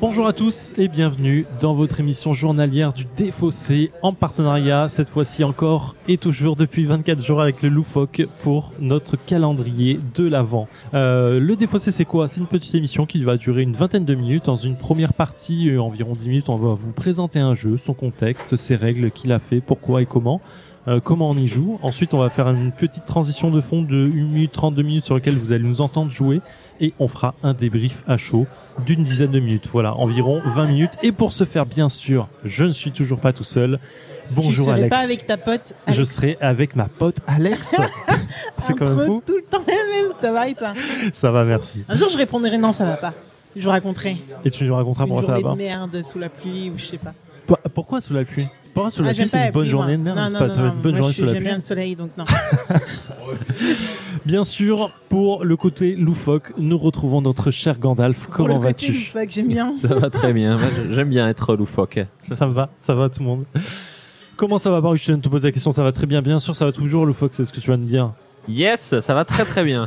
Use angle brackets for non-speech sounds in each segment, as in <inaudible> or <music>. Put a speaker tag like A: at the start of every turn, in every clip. A: Bonjour à tous et bienvenue dans votre émission journalière du Défaussé en partenariat, cette fois-ci encore et toujours depuis 24 jours avec le Loufoque pour notre calendrier de l'Avent. Euh, le Défaussé c'est quoi C'est une petite émission qui va durer une vingtaine de minutes. Dans une première partie, euh, environ 10 minutes, on va vous présenter un jeu, son contexte, ses règles, qui l'a fait, pourquoi et comment. euh, comment on y joue. Ensuite, on va faire une petite transition de fond de 1 minute 32 minutes sur laquelle vous allez nous entendre jouer et on fera un débrief à chaud d'une dizaine de minutes. Voilà, environ 20 minutes. Et pour ce faire, bien sûr, je ne suis toujours pas tout seul. Bonjour
B: tu serais
A: Alex.
B: pas avec ta pote.
A: Je
B: Alex,
A: serai avec ma pote
B: <laughs>
A: Alex. C'est
B: un
A: quand même
B: peu
A: fou.
B: Tout le temps la même. Ça va et toi
A: Ça va, merci.
B: Un jour, je répondrai non, ça va pas. Je vous raconterai
A: Et tu nous raconteras
B: une
A: pourquoi Ah ça
B: journée
A: va pas.
B: de merde sous la pluie ou je sais pas.
A: Pour- Pourquoi sous la pluie Pourquoi sous la
B: Ah, j'aime
A: pluie
B: pas
A: C'est
B: la
A: une bonne
B: pluie,
A: journée de
B: moi.
A: merde. c'est
B: Non, non,
A: pas-
B: non,
A: ça va être
B: non,
A: une bonne
B: moi,
A: journée
B: je suis-
A: sous la
B: J'aime
A: pluie.
B: bien le soleil, donc
A: <laughs>
B: non.
A: Bien sûr, pour le côté loufoque, nous retrouvons notre cher Gandalf.
B: Pour le
A: Comment
B: côté,
A: vas-tu
B: fuck, J'aime bien.
C: Ça va très bien. Moi, je- J'aime bien être loufoque.
A: Ça me va, ça va tout le monde. Comment ça va, Baruch Je te viens de te poser la question. Ça va très bien, bien sûr, ça va toujours, loufoque, c'est ce que tu vas de bien.
C: Yes, ça va très très bien.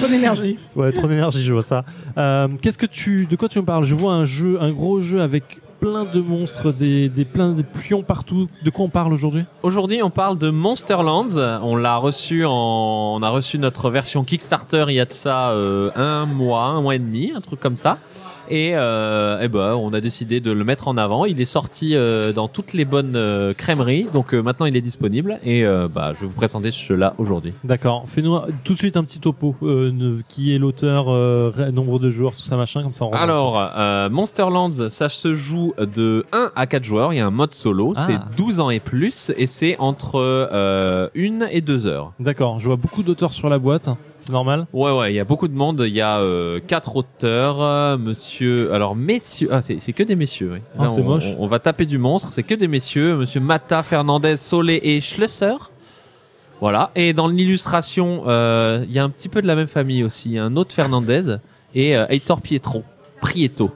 B: Bonne énergie.
A: Ouais,
B: <laughs>
A: trop d'énergie, je vois ça. Euh, Qu'est-ce que tu, de quoi tu me parles Je vois un jeu, un gros jeu avec plein de monstres, des, des plein de pions partout. De quoi on parle aujourd'hui
C: Aujourd'hui, on parle de Monsterlands. On l'a reçu en, on a reçu notre version Kickstarter il y a de ça euh, un mois, un mois et demi, un truc comme ça. Et euh, eh ben, on a décidé de le mettre en avant. Il est sorti euh, dans toutes les bonnes euh, crèmeries, donc euh, maintenant il est disponible. Et euh, bah, je vais vous présenter cela aujourd'hui.
A: D'accord. Fais-nous un- tout de suite un petit topo. euh, ne- qui est l'auteur, euh, ré- nombre de joueurs, tout ça machin, comme ça. On
C: Alors, euh, Monsterlands, ça se joue de 1 à 4 joueurs. Il y a un mode solo,
A: Ah.
C: c'est 12 ans et plus, et c'est entre euh, 1 et 2 heures.
A: D'accord. Je vois beaucoup d'auteurs sur la boîte. hein. C'est normal.
C: Ouais, ouais, il y a beaucoup de monde. Il y a euh, quatre auteurs, euh, monsieur. Alors, messieurs. Ah, c'est c'est que des messieurs, oui.
A: Ah,
C: Là,
A: c'est
C: on,
A: moche.
C: On, on va taper du monstre. C'est que des messieurs. Monsieur Mata, Fernandez, Solé et Schlesser. Voilà. Et dans l'illustration, euh, il y a un petit peu de la même famille aussi. Il y a un autre Fernandez et euh, Heitor Pietro. Prieto.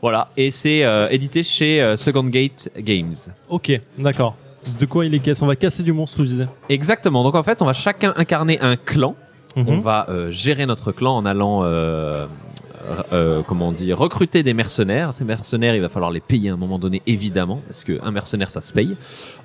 C: Voilà. Et c'est euh, édité chez euh, Second Gate Games.
A: Ok. D'accord. De quoi il est casse On va casser du monstre, je disais.
C: Exactement. Donc, en fait, on va chacun incarner un clan. On
A: Mhm.
C: va euh, gérer notre clan en allant, euh, r- euh, comment on dit, recruter des mercenaires. Ces mercenaires, il va falloir les payer à un moment donné, évidemment, parce qu'un mercenaire, ça se paye.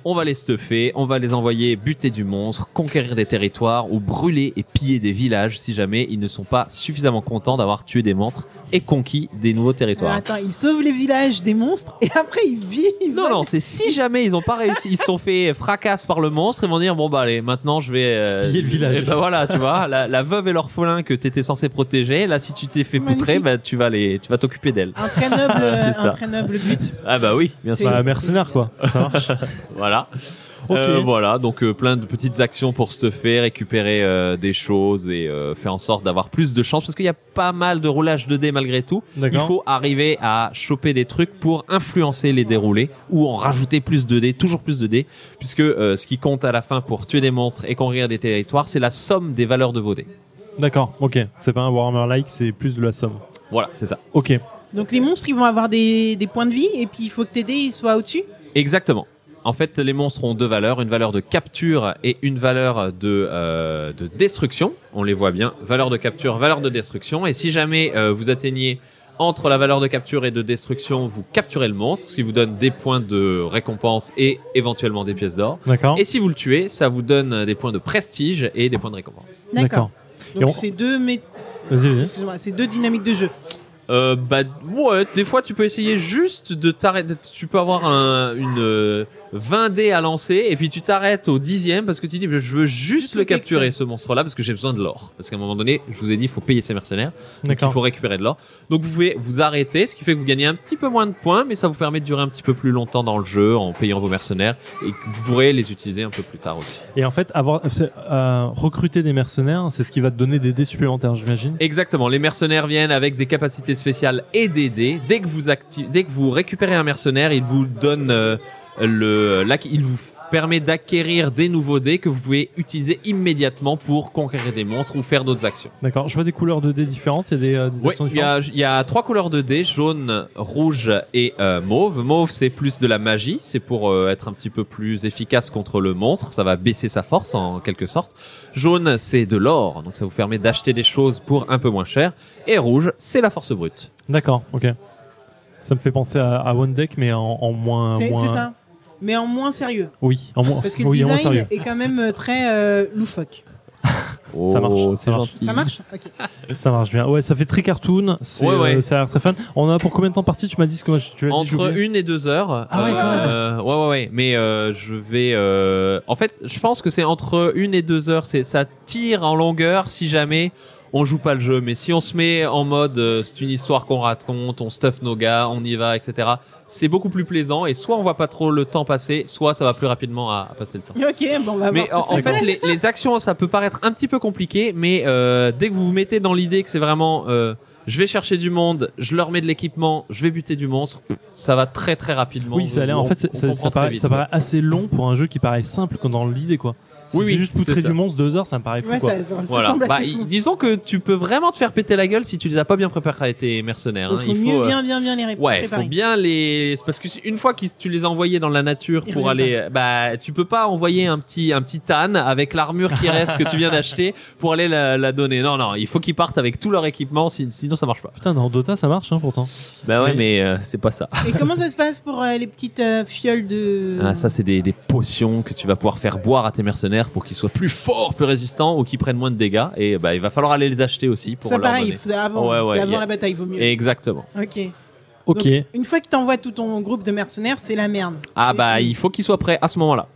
C: On va les stuffer, on va les envoyer buter du monstre, conquérir des territoires ou brûler et piller des villages si jamais ils ne sont pas suffisamment contents d'avoir tué des monstres et conquis des nouveaux
B: Alors,
C: territoires.
B: attends, il sauve les villages des monstres et après il vit. il
C: Non,
B: vole.
C: non, c'est si jamais ils ont pas réussi, ils se sont fait fracasse par le monstre, ils vont dire bon bah allez, maintenant je vais euh,
A: Piller le village.
C: Eh ben voilà, tu vois, la, la veuve et l'orphelin que t'étais censé protéger, là si tu t'es fait poutrer,
B: Magnifique.
C: bah tu vas les, tu vas t'occuper d'elle.
B: Un
A: <laughs>
B: très noble, euh,
C: ça.
B: un très noble but.
C: Ah bah oui, bien sûr.
A: Bah, mercenaire
C: <laughs>
A: quoi. Ça marche.
C: Voilà.
A: Ok.
C: Euh, voilà, donc euh, plein de petites actions pour se faire récupérer euh, des choses et euh, faire en sorte d'avoir plus de chance parce qu'il y a pas mal de roulage de dés malgré tout. Il
A: D'accord.
C: faut arriver à choper des trucs pour influencer les déroulés ou en rajouter plus de dés, toujours plus de dés, puisque euh, ce qui compte à la fin pour tuer des monstres et conquérir des territoires, c'est la somme des valeurs de vos dés.
A: D'accord. Ok. C'est pas un Warhammer like, c'est plus de la somme.
C: Voilà, c'est ça.
A: Ok.
B: Donc les monstres, ils vont avoir des, des points de vie et puis il faut que tes dés ils soient au-dessus.
C: Exactement. En fait, les monstres ont deux valeurs, une valeur de capture et une valeur de, euh, de destruction. On les voit bien, valeur de capture, valeur de destruction. Et si jamais euh, vous atteignez entre la valeur de capture et de destruction, vous capturez le monstre, ce qui vous donne des points de récompense et éventuellement des pièces d'or.
A: D'accord.
C: Et si vous le tuez, ça vous donne des points de prestige et des points de récompense.
B: D'accord.
A: Et
B: Donc
A: on-
B: c'est deux, mé-
A: Vas-y, vas-y.
B: excuse-moi, c'est deux dynamiques de jeu.
C: Euh, bah ouais, des fois tu peux essayer juste de t'arrêter. Tu peux avoir un, une euh, 20 dés à lancer et puis tu t'arrêtes au dixième parce que tu dis je veux juste
B: Juste
C: le
B: le
C: capturer
B: capturer.
C: ce monstre-là parce que j'ai besoin de l'or. Parce qu'à un moment donné, je vous ai dit, il faut payer ses mercenaires, donc il
A: D'accord.
C: faut récupérer de l'or. Donc vous pouvez vous arrêter, ce qui fait que vous gagnez un petit peu moins de points, mais ça vous permet de durer un petit peu plus longtemps dans le jeu en payant vos mercenaires et que vous pourrez les utiliser un peu plus tard aussi.
A: Et en fait, avoir euh, recruter des mercenaires, c'est ce qui va te donner des dés supplémentaires, j'imagine.
C: Exactement, les mercenaires viennent avec des capacités spéciales et des dés. Dès que vous active, dès que vous récupérez un mercenaire, il vous donne euh, le l'ac- il vous permet d'acquérir des nouveaux dés que vous pouvez utiliser immédiatement pour conquérir des monstres ou faire d'autres actions.
A: D'accord. Je vois des couleurs de dés différentes, il y a des, euh, des
C: Oui,
A: actions
C: il y
A: différentes.
C: a, il y a trois couleurs de dés, jaune, rouge et euh, mauve. Mauve, c'est plus de la magie, c'est pour euh, être un petit peu plus efficace contre le monstre, ça va baisser sa force en quelque sorte. Jaune, c'est de l'or, donc ça vous permet d'acheter des choses pour un peu moins cher. Et rouge, c'est la force brute.
A: D'accord. Ok. Ça me fait penser à, à One Deck, mais en, en moins.
B: C'est
A: moins-
B: c'est ça. Mais en moins sérieux.
A: Oui, en moins.
B: Parce que le
A: oui, en moins
B: design
A: sérieux.
B: est quand même euh, très euh, loufoque.
A: Ça marche,
C: Oh,
A: ça
C: C'est
A: marche.
C: gentil.
B: Ça marche Ok. <laughs>
A: Ça marche bien. Ouais, ça fait très cartoon. C'est,
C: Ouais, ouais.
A: euh, ça a l'air très fun. On en a pour combien de temps parti Tu m'as dit ce que moi, tu as dit, j'ai
C: Entre
A: oublié.
C: une et deux heures.
A: Ah ouais, quand même.
C: euh, ouais, ouais, ouais. Mais euh, je vais. euh, En fait, je pense que c'est entre une et deux heures. C'est ça tire en longueur si jamais on joue pas le jeu. Mais si on se met en mode, euh, c'est une histoire qu'on raconte, on stuff nos gars, on y va, etc. C'est beaucoup plus plaisant. Et soit on voit pas trop le temps passer, soit ça va plus rapidement à- à passer le temps.
B: Ok, bon, bah, on va
C: Mais en,
B: voir. ce Ah, que
C: en
B: ça
C: fait, les, les actions, ça peut paraître un petit peu compliqué, mais euh, dès que vous vous mettez dans l'idée que c'est vraiment, euh, je vais chercher du monde, je leur mets de l'équipement, je vais buter du monstre, ça va très très rapidement.
A: Oui, ça a l'air.
C: On-
A: En fait, c'est-
C: on
A: ça,
C: comprend
A: ça
C: très
A: paraît,
C: vite,
A: ça
C: ouais.
A: paraît assez long pour un jeu qui paraît simple quand dans l'idée, quoi. Si
C: Oui, oui,
A: c'est juste
C: c'est
A: poutrer
C: ça.
A: du monstre deux heures, ça me paraît fou,
B: Ouais,
A: quoi.
B: ça, ça- ça
C: Voilà.
B: semble
C: Bah,
B: assez fou.
C: il- disons que tu peux vraiment te faire péter la gueule si tu les as pas bien préparés tes mercenaires.
B: Donc,
C: hein.
B: faut
C: Il faut,
B: mieux
C: euh,
B: bien, bien, bien les ré-
C: Ouais,
B: préparer.
C: faut bien les c'est parce que une fois que tu les as envoyés dans la nature
B: Ils
C: pour
B: reviennent
C: aller bah tu peux pas envoyer un petit un petit tan avec l'armure qui reste que
B: <laughs>
C: tu viens d'acheter pour aller la, la donner. Non non, il faut qu'ils partent avec tout leur équipement si- sinon ça marche pas.
A: Putain, dans Dota, ça marche, hein, pourtant.
C: Bah ouais,
A: Oui.
C: mais euh, c'est pas ça.
B: Et comment ça se passe pour euh, les petites euh, fioles de.
C: Ah, ça c'est des, des potions que tu vas pouvoir faire boire à tes mercenaires pour qu'ils soient plus forts, plus résistants ou qu'ils prennent moins de dégâts et bah il va falloir aller les acheter aussi pour
B: Ça,
C: leur
B: pareil,
C: donner.
B: c'est avant,
C: Ouais, ouais,
B: c'est avant
C: y a-
B: la bataille, vaut mieux.
C: Exactement.
B: Ok.
A: Ok.
B: Donc, une fois que t'envoies tout ton groupe de mercenaires, c'est la merde.
C: Ah
B: Et-
C: bah il faut qu'ils soient prêts à ce moment-là.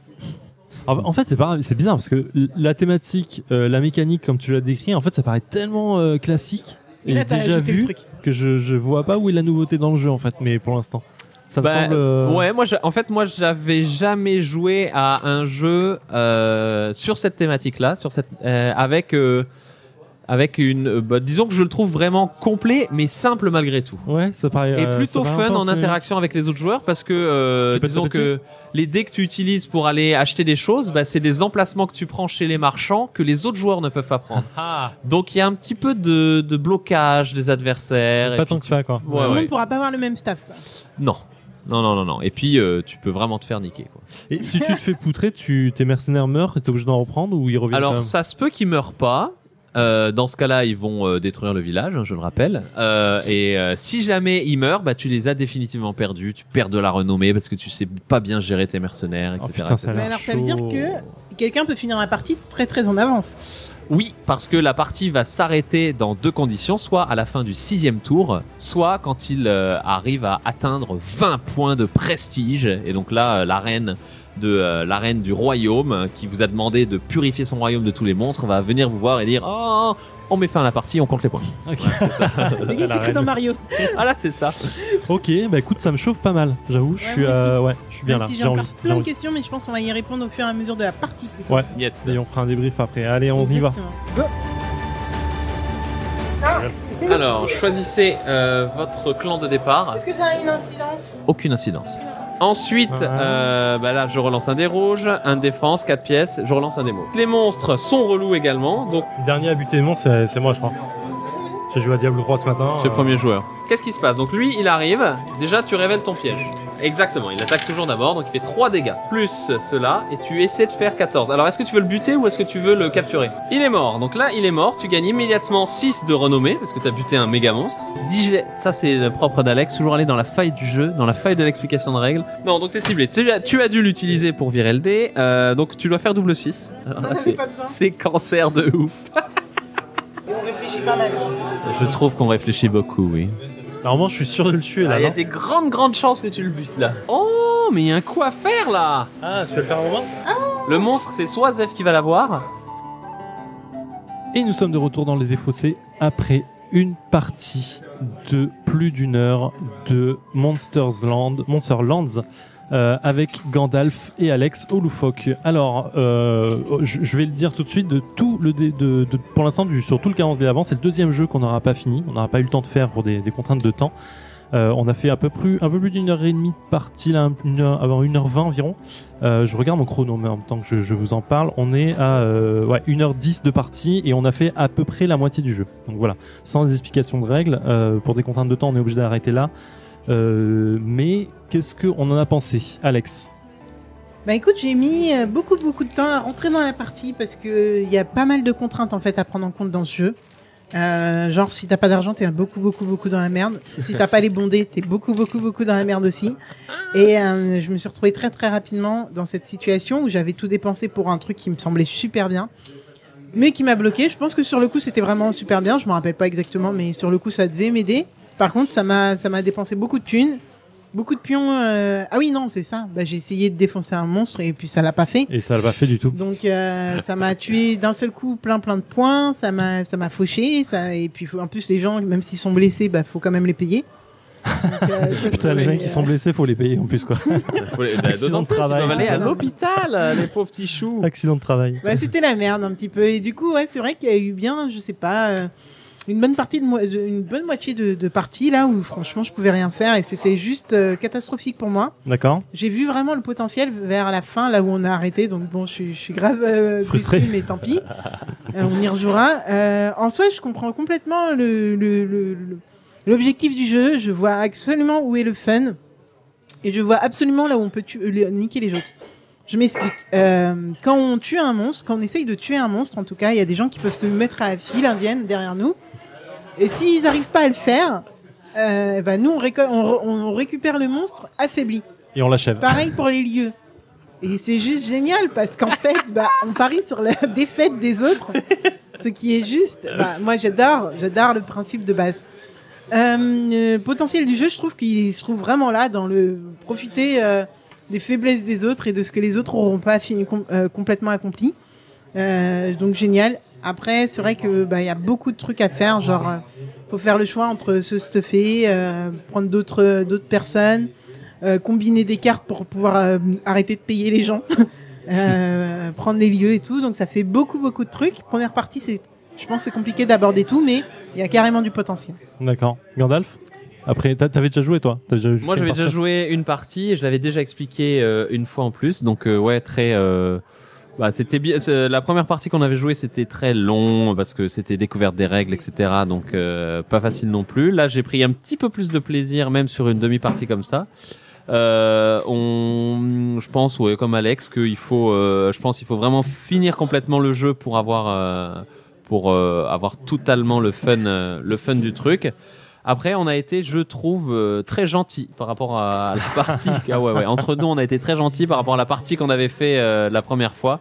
A: En en fait, c'est pas, c'est bizarre parce que l- la thématique, euh, la mécanique, comme tu l'as décrit, en fait, ça paraît tellement euh, classique
B: Et
A: et
B: là, t'as
A: déjà
B: ajouté le
A: vu
B: truc.
A: que je, je vois pas où est la nouveauté dans le jeu, en fait. Mais pour l'instant, ça me
C: Bah,
A: semble. euh,
C: Ouais, moi, j'a- en fait, moi, j'avais jamais joué à un jeu euh, sur cette thématique-là, sur cette, euh, avec, euh, avec une, euh, bah, disons que je le trouve vraiment complet, mais simple malgré tout.
A: ouais, ça paraît.
C: Et
A: euh,
C: plutôt
A: ça paraît
C: fun
A: intense,
C: en
A: mais-
C: interaction avec les autres joueurs parce que euh,
A: Tu peux te
C: disons
A: taper
C: que les dés que tu utilises pour aller acheter des choses, bah, c'est des emplacements que tu prends chez les marchands que les autres joueurs ne peuvent pas prendre.
A: Ah.
C: Donc il y a un petit peu de, de blocage des adversaires.
A: Pas
C: et puis
A: tant que ça, quoi.
C: Ouais,
B: Tout le
C: ouais.
B: monde pourra pas avoir le même staff. quoi.
C: Non, non, non, non, non. Et puis euh, tu peux vraiment te faire niquer. Quoi.
A: Et si tu te fais poutrer, tu, tes mercenaires meurent et t'es obligé d'en reprendre ou ils reviennent quand
C: Alors
A: même
C: ça se peut qu'ils meurent pas. Euh, dans ce cas-là, ils vont euh, détruire le village, hein, je le rappelle. Euh, et euh, si jamais ils meurent, bah tu les as définitivement perdus. Tu perds de la renommée parce que tu sais pas bien gérer tes mercenaires,
A: Oh,
C: etc.
A: putain, ça a
B: Mais
A: l'air
B: alors, ça veut dire
A: chaud.
B: que- Quelqu'un peut finir la partie très très en avance.
C: Oui, parce que la partie va s'arrêter dans deux conditions, soit à la fin du sixième tour, soit quand il euh, arrive à atteindre 20 points de prestige. Et donc là, euh, la reine de euh, la reine du royaume euh, qui vous a demandé de purifier son royaume de tous les monstres va venir vous voir et dire oh on met fin à la partie on compte les points
A: <laughs>
B: Les gars,
A: La
B: c'est que dans
A: reine.
B: Mario.
C: <laughs> ah là c'est ça
A: Ok, bah écoute, ça me chauffe pas mal. J'avoue, je
B: Ouais,
A: suis,
B: moi
A: euh, ouais, je suis bien
B: Même
A: là.
B: si
A: J'ai
B: j'ai encore
A: envie. j'ai
B: plein de
A: envie.
B: questions, mais je pense qu'on va y répondre au fur et à mesure de la partie. plutôt.
A: Ouais,
C: yes
A: Et on fera un débrief après. Allez, on y va.
B: Exactement.
C: alors choisissez euh, votre clan de départ
B: Est-ce que ça a une incidence
C: aucune incidence Ensuite,
A: Ouais.
C: euh, bah là, je relance un dé rouge, un défense, 4 pièces, je relance un dé mauve. Les monstres sont relous également, donc
A: Le dernier à buter mon, c'est c'est moi, je crois. J'ai joué à Diablo 3 ce matin.
C: c'est le
A: euh,
C: premier joueur. Qu'est-ce qui se passe Donc lui, il arrive, déjà tu révèles ton piège. Exactement, il attaque toujours d'abord, donc il fait 3 dégâts. Plus cela, et tu essaies de faire 14. Alors est-ce que tu veux le buter ou est-ce que tu veux le capturer Il est mort, donc là il est mort, tu gagnes immédiatement 6 de renommée, parce que t'as buté un méga monstre. Digé, ça c'est le propre d'Alex, toujours aller dans la faille du jeu, dans la faille de l'explication de règles. Non, donc t'es ciblé, tu as, tu as dû l'utiliser pour virer le dé, euh, donc tu dois faire double 6. Alors là, Ah, c'est-
B: pas besoin.
C: c'est cancer de ouf.
B: On réfléchit pas mal.
C: Je trouve qu'on réfléchit beaucoup, oui.
A: Normalement, je suis sûr de le tuer
C: Ah, Il
A: là.
C: Ah, y a
A: non
C: des grandes, grandes chances que tu le butes là. Oh, mais il y a un coup à faire là
A: Ah, tu vas le faire un moment
C: Le monstre, c'est soit Zef qui va l'avoir.
A: Et nous sommes de retour dans les défaussés après une partie de plus d'une heure de Monsters Land, Monsterlands. euh, avec Gandalf et Alex au loufoque. Alors, euh, je je vais le dire tout de suite, de tout le dé- de, de- pour l'instant, du- sur tout le calendrier d'avant, c'est le deuxième jeu qu'on n'aura pas fini, on n'aura pas eu le temps de faire pour des, des contraintes de temps. Euh, on a fait à peu plus, un peu plus d'une heure et demie de partie, là, une heure, avant une heure vingt environ. Euh, je regarde mon chrono, mais en même temps que je, je vous en parle, on est à euh, ouais, 1h10 de partie et on a fait à peu près la moitié du jeu. Donc voilà, sans explication de règles, euh, pour des contraintes de temps, on est obligé d'arrêter là. Euh, mais qu'est-ce qu'on en a pensé, Alex
B: Bah écoute, j'ai mis euh, beaucoup euh, beaucoup de temps à rentrer dans la partie parce que il y a pas mal de contraintes en fait à prendre en compte dans ce jeu. Euh, genre, si t'as pas d'argent, t'es beaucoup, beaucoup, beaucoup dans la merde. Si t'as pas les bondés, t'es beaucoup, beaucoup, beaucoup dans la merde aussi. Et euh, je me suis retrouvée très, très rapidement dans cette situation où j'avais tout dépensé pour un truc qui me semblait super bien, mais qui m'a bloqué. Je pense que sur le coup, c'était vraiment super bien. Je me rappelle pas exactement, mais sur le coup, ça devait m'aider. Par contre, ça m'a, ça m'a dépensé beaucoup de thunes. Beaucoup de pions. euh, Ah oui, non, c'est ça. Bah, j'ai essayé de défoncer un monstre et puis ça l'a pas fait.
A: Et ça l'a pas fait du tout.
B: Donc euh, ça m'a tué d'un seul coup plein plein de points, ça m'a ça m'a fauché, ça et puis faut- en plus les gens même s'ils sont blessés, bah faut quand même les payer. Donc, euh,
A: <laughs>
B: ça,
A: Putain, les
B: c'est-
A: mecs qui sont blessés, faut les payer en plus, quoi.
C: Faut les- bah,
A: Accident
C: d'autant
A: de
C: plus, ils
A: travail,
C: doivent aller
A: tout
C: à
A: ça.
C: l'hôpital, euh, les pauvres petits choux.
A: <laughs> Accident de travail.
B: <laughs> Bah, c'était la merde un petit peu et du coup ouais c'est vrai qu'il y a eu bien je sais pas euh, une bonne partie de moi de- une bonne moitié de, de partie là où franchement je pouvais rien faire et c'était juste euh, catastrophique pour moi.
A: D'accord
B: J'ai vu vraiment le potentiel vers la fin, là où on a arrêté. Donc bon, je, suis- je suis grave euh,
A: Frustré.
B: déçue, mais tant pis. Euh, on y rejouera. Euh, en soi, je comprends complètement le- le- le- le- l'objectif du jeu. Je vois absolument où est le fun. Et je vois absolument là où on peut tu- les- niquer les autres. Je m'explique. Euh, quand on tue un monstre, quand on essaye de tuer un monstre, en tout cas, il y a des gens qui peuvent se mettre à la file indienne derrière nous. Et s'ils n'arrivent pas à le faire, euh, bah, nous, on, réco- on re- on récupère le monstre affaibli.
A: Et on l'achève.
B: Pareil pour les lieux. Et c'est juste génial parce qu'en fait, bah, on parie sur la <laughs> défaite des autres, ce qui est juste. bah, moi, j'adore, j'adore le principe de base. Euh, euh, potentiel du jeu, je trouve qu'il se trouve vraiment là dans le profiter euh, des faiblesses des autres et de ce que les autres n'auront pas fini com- euh, complètement accompli. Euh, donc génial. Après, c'est vrai que bah, il y a beaucoup de trucs à faire. Genre, euh, faut faire le choix entre se stuffer, euh, prendre d'autres d'autres personnes, euh, combiner des cartes pour pouvoir euh, arrêter de payer les gens, <laughs> euh, prendre les lieux et tout. Donc ça fait beaucoup beaucoup de trucs. Première partie, c'est, je pense, que c'est compliqué d'aborder tout, mais il y a carrément du potentiel.
A: D'accord. Gandalf Après, t'a- t'avais déjà joué, toi T'as déjà fait
C: Moi, j'avais
A: une
C: déjà
A: partie
C: joué une partie et je l'avais déjà expliqué euh, une fois en plus. Donc, euh, ouais, très. euh, bah, c'était bien. c'est- La première partie qu'on avait jouée, c'était très long parce que c'était découverte des règles, etc. Donc, euh, pas facile non plus. Là, j'ai pris un petit peu plus de plaisir, même sur une demi-partie comme ça. Euh, on, je pense, ouais, comme Alex, qu'il faut, euh, je pense, il faut vraiment finir complètement le jeu pour avoir, euh, pour euh, avoir totalement le fun, euh, le fun du truc. Après, on a été, je trouve, euh, très gentil par rapport à la partie. ah ouais, ouais. Entre nous, on a été très gentil par rapport à la partie qu'on avait fait euh, la première fois,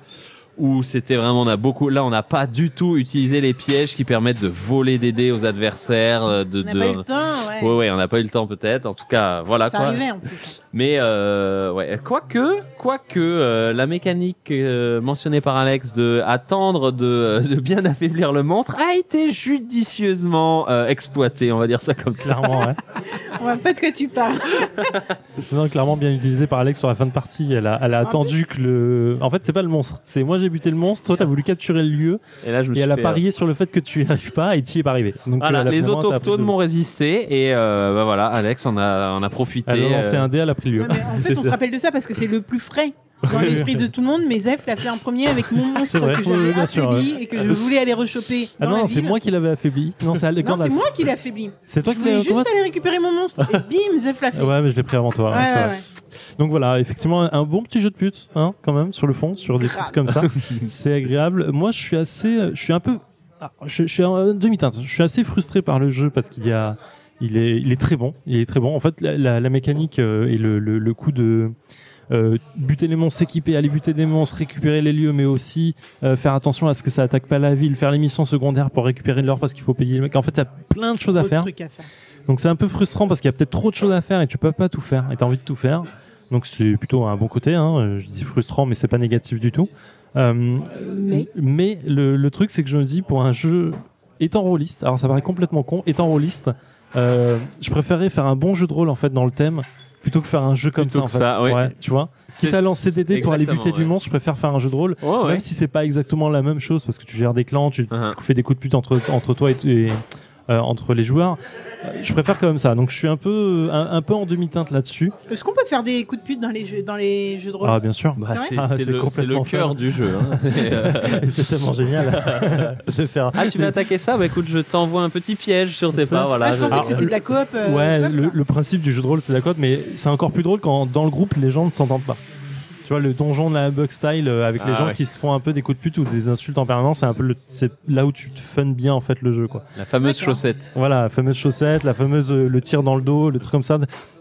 C: où c'était vraiment, on a beaucoup. Là, on n'a pas du tout utilisé les pièges qui permettent de voler des dés aux adversaires, euh, de.
B: On n'a
C: de-
B: pas eu le temps. Ouais.
C: Ouais, ouais, on n'a pas eu le temps peut-être. En tout cas, voilà
B: ça
C: quoi.
B: arrivait en plus.
C: Mais euh, ouais, quoique, quoique euh, la mécanique euh, mentionnée par Alex de attendre de, de bien affaiblir le monstre a été judicieusement euh, exploitée, on va dire ça comme
A: <laughs>
C: ça.
A: Clairement, ouais.
B: On va pas de quoi tu parles.
A: Non, clairement bien utilisé par Alex sur la fin de partie. Elle a, elle a
B: En
A: attendu que le. En fait, c'est pas le monstre. C'est moi j'ai buté le monstre, toi t'as voulu capturer le lieu
C: Et là, je me
A: et
C: suis
A: elle a
C: fait, euh,
A: parié sur le fait que tu y arrives pas et tu y es pas arrivé. Donc,
C: Voilà,
A: euh, elle a
C: les
A: finalement, t'as pris
C: autochtones
A: deux.
C: m'ont résisté et euh, bah voilà, Alex en a, en a profité.
A: Elle a lancé
C: euh,
A: un dé, elle a pris le lieu.
B: Non, mais en
A: <laughs>
B: fait, on se rappelle de ça parce que c'est le plus frais dans l'esprit de tout le monde. Mais Zef l'a fait en premier avec mon
A: <laughs> C'est
B: monstre
A: vrai.
B: que
A: Oui, oui,
B: j'avais
A: bien sûr,
B: affaibli et que je voulais aller rechoper
A: Ah
B: dans la
A: non, c'est
B: ville.
A: moi qui l'avais affaibli. Non, c'est Alex.
B: Non, c'est
A: Gandalf.
B: moi qui l'ai affaibli.
A: C'est toi
B: je
A: qui l'avais
B: voulais juste
A: affaibli.
B: aller récupérer mon monstre et bim, Zef l'a fait.
A: Ouais, mais je l'ai pris avant toi.
B: Ouais,
A: ouais, c'est
B: ouais,
A: vrai.
B: ouais.
A: Donc voilà, effectivement, un bon petit jeu de pute, hein, quand même, sur le fond, sur des
B: Grave.
A: trucs comme ça. <laughs> C'est agréable. Moi, je suis assez, euh, je suis un peu, ah, je, je suis en demi-teinte. Je suis assez frustré par le jeu parce qu'il y a, il est, il est très bon. Il est très bon. En fait, la, la- la mécanique euh, et le, le, le coup de euh, buter les monstres, s'équiper, aller buter des monstres, récupérer les lieux, mais aussi euh, faire attention à ce que ça attaque pas la ville, faire les missions secondaires pour récupérer de l'or parce qu'il faut payer le mec. En fait, il y a plein de choses à
B: Autre
A: faire.
B: truc à faire.
A: Donc c'est un peu frustrant parce qu'il y a peut-être trop de choses à faire et tu peux pas tout faire et t'as envie de tout faire. Donc c'est plutôt un bon côté. Hein. Euh, Je dis frustrant, mais c'est pas négatif du tout. Euh,
B: Mais-
A: mais le, le truc, c'est que je me dis pour un jeu étant rôliste, alors ça paraît complètement con, étant rôliste, euh, je préférais faire un bon jeu de rôle en fait dans le thème plutôt que faire un jeu comme
C: Plutôt que
A: ça.
C: ça,
A: en fait.
C: oui.
A: Ouais, tu vois. Quitte à lancer des dés pour aller buter
C: Exactement,
A: du monstre, je préfère faire un jeu de rôle,
C: ouais. Ouais, ouais.
A: même si c'est pas exactement la même chose parce que tu gères des clans, tu,
C: Uh-huh.
A: tu fais des coups de pute entre, entre toi et, et, euh, entre les joueurs. Euh, Je préfère quand même ça. Donc je suis un peu, un, un peu en demi-teinte là-dessus.
B: Est-ce qu'on peut faire des coups de pute dans les jeux, dans les jeux de rôle
A: Ah, bien
C: <laughs>
A: sûr.
C: Bah,
B: C'est
C: c'est
A: vrai
C: c'est
A: Ah, c'est
C: le, c'est le
A: complètement
C: cœur
A: fun.
C: du jeu. hein. <laughs> Et, euh,
A: Et c'est tellement génial de faire.
C: Ah, tu veux attaquer ça Bah écoute, je t'envoie un petit piège sur tes
A: C'est ça
C: pas. Voilà,
B: Ah, je pensais
A: alors,
B: que c'était
A: le-
B: de la coop. euh,
A: Ouais,
B: coop,
A: le,
B: là.
A: le principe du jeu de rôle, c'est d'accord, mais c'est encore plus drôle quand dans le groupe, les gens ne s'entendent pas. Tu vois, le donjon de la Humbug Style euh, avec les
D: Ah
A: gens
D: ouais.
A: qui se font un peu des coups de pute ou des insultes en permanence, c'est un peu le- c'est là où tu te fun bien en fait le jeu, quoi.
D: La fameuse
B: D'accord.
D: chaussette.
A: Voilà, la fameuse chaussette, la fameuse euh, le tir dans le dos, le truc comme ça.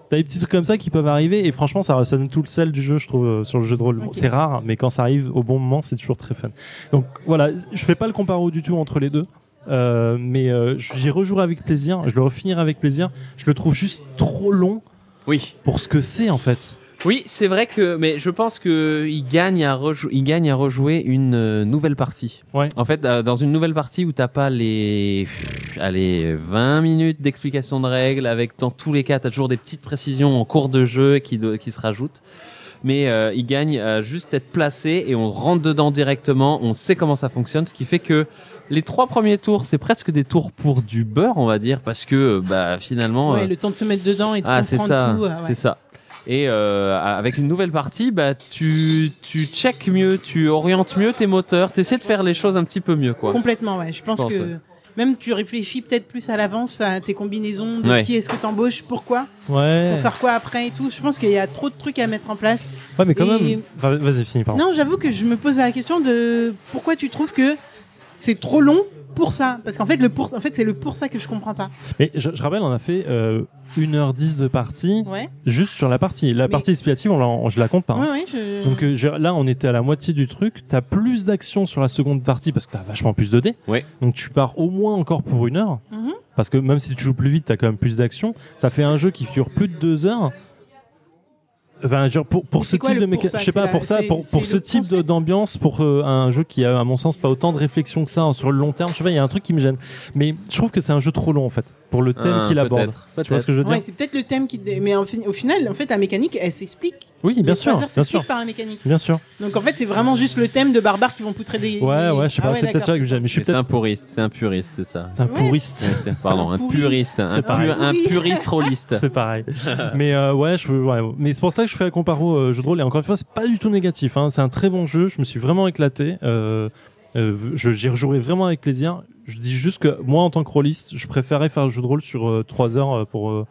A: T'as des petits trucs comme ça qui peuvent arriver et franchement ça, ça donne tout le sel du jeu je trouve euh, sur le jeu de rôle. Bon,
B: Ok.
A: C'est rare mais quand ça arrive au bon moment c'est toujours très fun. Donc voilà, je fais pas le comparo du tout entre les deux. euh, mais euh, j'y rejouerai avec plaisir, je le refinirai avec plaisir. Je le trouve juste trop long
C: Oui.
A: pour ce que c'est en fait.
C: Oui, c'est vrai que, mais je pense que il gagne à rejou- il gagne à rejouer une euh, nouvelle partie.
A: Ouais.
C: En fait, euh, dans une nouvelle partie où t'as pas les, pff, allez, 20 minutes d'explication de règles, avec dans tous les cas, t'as toujours des petites précisions en cours de jeu qui do- qui se rajoutent. Mais euh, il gagne à juste être placé et on rentre dedans directement. On sait comment ça fonctionne, ce qui fait que les trois premiers tours, c'est presque des tours pour du beurre, on va dire, parce que euh, bah finalement. euh,
B: Ouais, le temps de se mettre dedans <laughs> et de
C: ah, c'est
B: comprendre
C: ça,
B: tout. euh, ouais.
C: c'est ça. Et euh, avec une nouvelle partie, bah tu tu check mieux, tu orientes mieux tes moteurs, t'essaies de faire les choses un petit peu mieux quoi.
B: Complètement, ouais. Je pense,
C: Je pense,
B: que
C: ouais.
B: même tu réfléchis peut-être plus à l'avance à tes combinaisons, de
C: Ouais.
B: qui est-ce que t'embauches, pourquoi,
A: Ouais.
B: pour faire quoi après et tout. Je pense qu'il y a trop de trucs à mettre en place.
A: Ouais mais quand
B: Et-
A: même. Enfin, Vas-y finis pardon.
B: Non, j'avoue que je me pose la question de pourquoi tu trouves que c'est trop long pour ça. Parce qu'en fait, le pour, en fait, c'est le pour ça que je comprends pas.
A: Mais je, je rappelle on a fait euh, 1h10 de partie
B: Ouais.
A: juste sur la partie. La
B: Mais-
A: partie explicative on, l'a- on- je la compte pas. hein.
B: Ouais, ouais, je...
A: Donc euh, j'ai- là, on était à la moitié du truc. T'as plus d'action sur la seconde partie parce que t'as vachement plus de dés.
D: Ouais.
A: Donc tu pars au moins encore pour une heure.
B: Mhm.
A: Parce que même si tu joues plus vite, t'as quand même plus d'action. Ça fait un jeu qui dure plus de deux heures. Enfin, genre pour, pour
B: Mais
A: ce
B: c'est quoi
A: type
B: le
A: de
B: pour
A: méca-
B: ça
A: je sais
B: C'est
A: pas,
B: la-
A: pour ça,
B: c'est-
A: pour, pour
B: c'est
A: ce
B: le
A: type de-
B: concept
A: d'ambiance, pour euh, un jeu qui a, à mon sens, pas autant de réflexion que ça hein, sur le long terme, je sais pas, il y a un truc qui me gêne. Mais je trouve que c'est un jeu trop long en fait, pour le thème
C: Ah,
A: qu'il aborde.
C: peut-être,
A: Tu vois ce que je veux dire
B: Ouais, c'est peut-être le thème qui. dé- Mais en fin- au final, en fait, la mécanique, elle s'explique.
A: Oui, bien
B: Les
A: sûr,
B: croiseurs
A: bien
B: s'expliquent
A: sûr,
B: par la mécanique.
A: bien sûr.
B: Donc en fait, c'est vraiment juste le thème de barbares qui vont poutrer des.
A: Ouais, ouais, je sais
B: Ah
A: pas, c'est peut-être
B: d'accord.
A: ça que j'aime. Mais je suis
C: Mais C'est
A: peut-être
C: un puriste, c'est un puriste, c'est ça.
A: un
B: Ouais.
A: puriste.
C: Ouais, c'est- Pardon, un
B: Pourri.
C: puriste, un,
A: C'est pareil.
C: pur- un
B: Pourri.
C: puriste rôliste.
A: C'est
C: <laughs>
A: pareil. mais euh, ouais, je, ouais, mais c'est pour ça que je fais la comparo euh, jeu de rôle. Et encore une fois, c'est pas du tout négatif. hein. C'est un très bon jeu. Je me suis vraiment éclaté. Euh, euh, je- J'y rejouerai vraiment avec plaisir. Je dis juste que moi, en tant que rôliste, je préférais faire le jeu de rôle sur 3 heures euh, pour euh,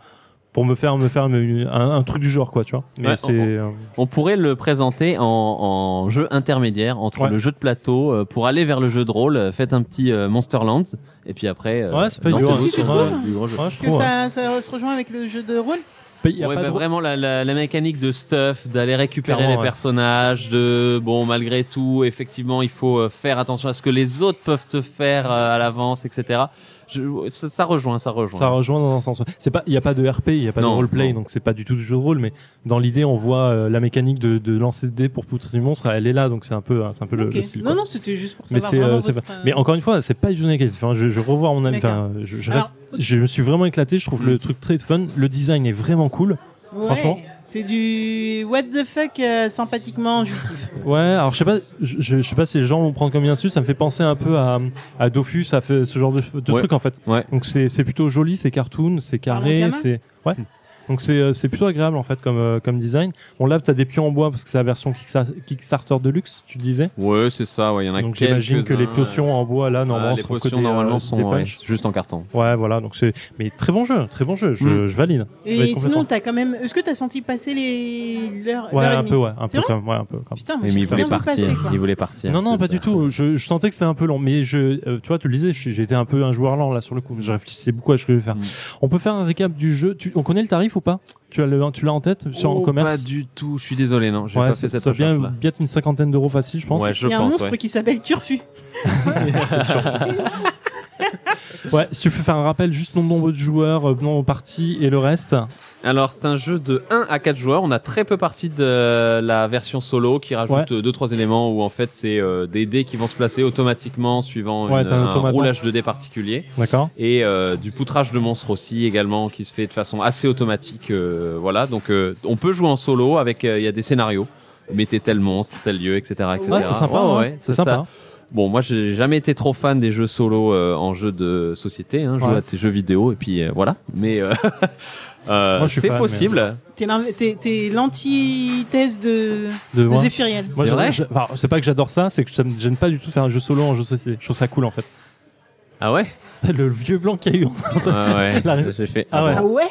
A: pour me faire me faire une- un, un truc du genre quoi, tu vois. Mais
C: Ouais,
A: c'est euh,
C: On pourrait le présenter en, en jeu intermédiaire entre
A: Ouais.
C: le jeu de plateau euh, pour aller vers le jeu de rôle. euh, Faites un petit euh, Monsterlands et puis après. euh,
A: Ouais, c'est pas
C: lancez-vous
A: dur,
B: hein. Si, tu
C: sur, euh,
B: trouves
C: du gros jeu.
A: ouais, je
B: Que
A: trouve, ouais.
B: ça, ça se rejoint avec le jeu de rôle.
A: Mais y a
C: Ouais,
A: pas
C: bah,
A: de-
C: vraiment la, la- la mécanique de stuff, d'aller récupérer
A: Clairement,
C: les
A: ouais.
C: personnages, de bon malgré tout, effectivement, il faut euh, faire attention à ce que les autres peuvent te faire euh, à l'avance, etc. Je- ça, ça rejoint, ça rejoint.
A: Ça rejoint dans un sens. C'est pas, il y a pas de RP, il y a pas de
C: Non,
A: roleplay,
C: non.
A: donc c'est pas du tout du jeu de rôle. Mais dans l'idée, on voit euh, la mécanique de, de lancer des dés pour poutrer du monstre. Elle est là, donc c'est un peu, hein, c'est un peu le-
B: Ok.
A: le style.
B: Non,
A: quoi.
B: non, c'était juste pour
A: Mais
B: savoir.
A: c'est, euh,
B: vraiment
A: c'est
B: votre,
A: pas-
B: euh,
A: mais encore une fois, c'est pas du tout négatif. hein. Je, je revois mon avis.
B: D'accord.
A: Enfin, je, je
B: Alors-
A: reste, je me suis vraiment éclaté. Je trouve
C: Mm.
A: le truc très fun. Le design est vraiment cool.
B: ouais,
A: franchement.
B: C'est du what the fuck euh, sympathiquement
A: <laughs>
B: jouissif.
A: Ouais. Alors je sais pas, je, je- je sais pas si les gens vont prendre comme bien sûr. Ça me fait penser un peu à, à Dofus, à fait ce genre de, de
C: Ouais.
A: truc en fait.
C: Ouais.
A: Donc c'est, c'est plutôt joli, c'est cartoon, c'est
B: Par
A: carré,
B: mon gamin
A: c'est ouais.
C: Hmm.
A: Donc c'est, euh, c'est plutôt agréable en fait comme euh, comme design. Bon là t'as des pions en bois parce que c'est la version Kicksta- Kickstarter de luxe, tu disais.
C: Ouais, c'est ça. Ouais, il y en a
A: Donc j'imagine que les
C: quelques-uns,
A: potions en bois là
C: euh,
A: normalement
C: les
A: seront que
C: potions,
A: des, euh,
C: normalement
A: des
C: sont ouais,
A: punchs.
C: juste en carton.
A: Ouais, voilà. Donc c'est, mais très bon jeu, très bon jeu. Je,
C: Mm.
A: je valide. Je valide
B: Et
A: complètement.
B: sinon, t'as quand même. Est-ce que t'as senti passer les l'heure
A: ouais,
B: l'heure et
A: un
B: demie
A: peu, ouais, un
B: C'est
A: peu
B: vrai
A: comme, ouais, un peu comme.
B: Putain,
C: Mais,
B: moi, Ah, j'ai
C: il voulait
B: rien vu
C: partir.
B: passer, quoi.
C: il voulait partir.
A: Non, non,
C: c'est
A: pas
C: ça.
A: du tout. euh, Je, je sentais que c'était un peu long, mais je, euh, tu vois, tu le disais, je- j'étais un peu un joueur lent là sur le coup. Je réfléchissais beaucoup à ce que je vais faire.
C: Mm.
A: On peut faire un récap du jeu. Tu, on connaît le tarif ou pas Tu as le, tu l'as en tête sur en
C: Oh,
A: commerce
C: Pas du tout. Je suis désolé, non. J'ai
A: Ouais,
C: pas
A: ça
C: fait cette
A: ça doit bien,
C: recherche-là.
A: bien une cinquantaine d'euros facile, je pense.
C: Ouais, je
B: Il y a un
C: pense.
B: monstre
C: ouais.
B: qui s'appelle Turfu.
A: Ouais, si tu peux faire un rappel, juste nombre nombre de joueurs, euh, nombre de parties et le reste.
C: Alors, c'est un jeu de 1 à 4 joueurs. On a très peu parti de euh, la version solo qui rajoute euh, deux trois éléments où en fait c'est euh, des dés qui vont se placer automatiquement suivant
A: Ouais,
C: une-
A: t'as un
C: un
A: automata.
C: roulage de dés particulier
A: D'accord.
C: et euh, du poutrage de monstres aussi également qui se fait de façon assez automatique. euh, voilà, donc euh, on peut jouer en solo avec euh, il y a des scénarios. Mettez tel monstre, tel lieu, etc. etc.
A: Ouais, c'est sympa.
C: Ouais,
A: ouais,
C: Oh, ouais,
A: c'est
C: ça.
A: sympa. hein.
C: Bon, moi, j'ai jamais été trop fan des jeux solo euh, en jeu de société. Hein, je joue
A: Ouais.
C: à tes jeux vidéo et puis euh, voilà. Mais euh, <laughs> euh,
A: Moi, je suis
C: c'est
A: fan,
C: possible.
B: T'es l'in- T'es t'es l'antithèse de,
A: De
B: de
A: voir.
B: Zéphiriel.
A: Moi,
C: C'est
A: j'adore-
C: vrai
A: je- enfin, c'est pas que j'adore ça, c'est que ça me gêne pas du tout de faire un jeu solo en jeu de société. Je trouve ça cool en fait.
C: Ah ouais.
A: <laughs> Le vieux blanc qu'il y a eu.
C: Ah ouais.
A: La-
C: J'ai fait.
A: Ah ouais.
B: Ah ouais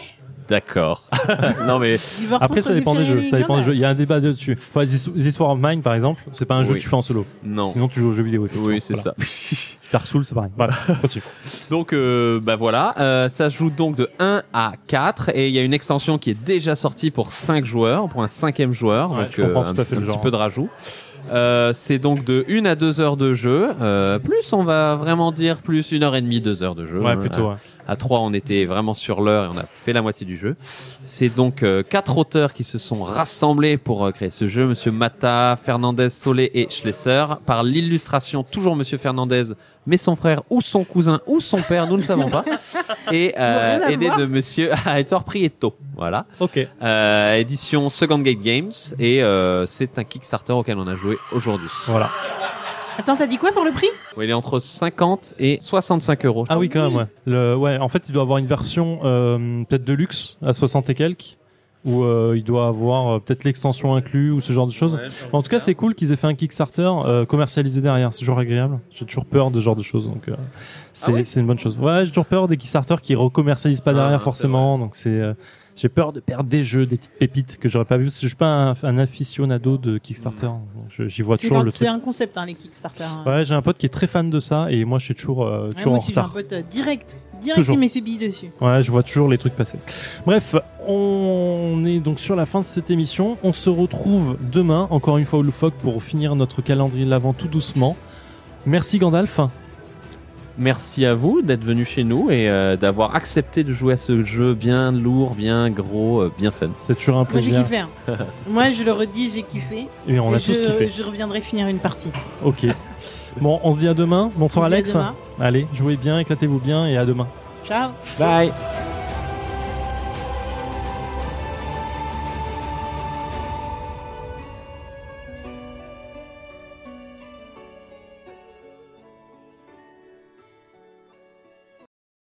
C: D'accord. <laughs> non mais
B: Divorce
A: Après,
B: entre
A: ça dépend des
B: Zéphirine
A: jeux.
B: et
A: Ça dépend des jeux.
B: Gunnar.
A: Il y a un débat dessus. Enfin, This This War of Mine, par exemple, c'est pas un jeu
C: Oui.
A: que tu fais en solo.
C: non.
A: Sinon, tu joues aux jeux vidéo. effectivement.
C: Oui, c'est
A: Voilà.
C: ça.
A: Dark Souls, c'est pareil. <laughs> Voilà, continue.
C: Donc euh, bah voilà, euh, ça se joue donc de 1 à 4 et il y a une extension qui est déjà sortie pour 5 joueurs, pour un cinquième joueur,
A: Ouais,
C: donc
A: je comprends
C: un,
A: tout à fait
C: un
A: le
C: petit
A: genre.
C: peu de rajout. Euh, c'est donc de 1 à 2 heures de jeu, euh, plus on va vraiment dire plus 1 heure et demie, 2 heures de jeu.
A: Ouais,
C: hein,
A: plutôt. ouais.
C: À 3, on était vraiment sur l'heure et on a fait la moitié du jeu. C'est donc euh, quatre auteurs qui se sont rassemblés pour euh, créer ce jeu. Monsieur Mata, Fernandez, Solé et Schlesser. Par l'illustration, toujours Monsieur Fernandez, mais son frère ou son cousin ou son père, nous ne
B: <laughs>
C: savons pas. Et
B: Rien
C: euh,
B: à
C: aidé
B: voir.
C: de Monsieur <laughs> Hector Prieto. Voilà.
A: Ok.
C: Euh, édition Second Gate Games. Et euh, c'est un Kickstarter auquel on a joué aujourd'hui.
A: Voilà.
B: Attends, t'as dit quoi pour le prix
C: Ouais, Il est entre 50 et 65 euros.
A: Ah oui, quand même, ouais. Le, ouais, en fait, il doit avoir une version euh, peut-être de luxe à 60 et quelques, ou euh, il doit avoir euh, peut-être l'extension inclue ou ce genre de choses. en tout cas, c'est cool qu'ils aient fait un Kickstarter euh, commercialisé derrière, c'est toujours agréable. J'ai toujours peur de ce genre de choses, donc euh, c'est
C: Ah ouais
A: c'est une bonne chose. Ouais, j'ai toujours peur des Kickstarters qui recommercialisent pas
C: Ah,
A: derrière
C: c'est
A: forcément, donc c'est. euh, j'ai peur de perdre des jeux, des petites pépites que j'aurais pas vu. parce que Je suis pas un, un aficionado de Kickstarter.
C: Hmm.
A: donc je- J'y vois
B: C'est
A: toujours
B: un-
A: le
B: C'est
A: truc.
B: un concept, hein, les Kickstarter. hein.
A: Ouais, j'ai un pote qui est très fan de ça et moi je suis toujours, euh,
B: Ouais,
A: toujours
B: moi
A: en
B: aussi, j'ai un
A: retard.
B: pote euh, direct. Direct,
A: Toujours.
B: il met ses billes dessus.
A: Ouais, je vois toujours les trucs passer. Bref, on est donc sur la fin de cette émission. On se retrouve demain, encore une fois au Loufoque, pour finir notre calendrier de l'avant tout doucement. Merci Gandalf.
C: Merci à vous d'être venu chez nous et euh, d'avoir accepté de jouer à ce jeu bien lourd, bien gros, euh, bien fun.
A: C'est toujours un
B: Moi, j'ai
A: plaisir.
B: kiffé.
A: <laughs>
B: hein. Moi, je le redis, j'ai kiffé.
A: Et on a
B: Et je,
A: tous kiffé.
B: Je reviendrai finir une partie.
A: Ok. Bon, on se dit à demain. Bonsoir
B: On se dit à
A: Alex.
B: demain.
A: Allez, jouez bien, éclatez-vous bien et à demain.
B: Ciao.
C: Bye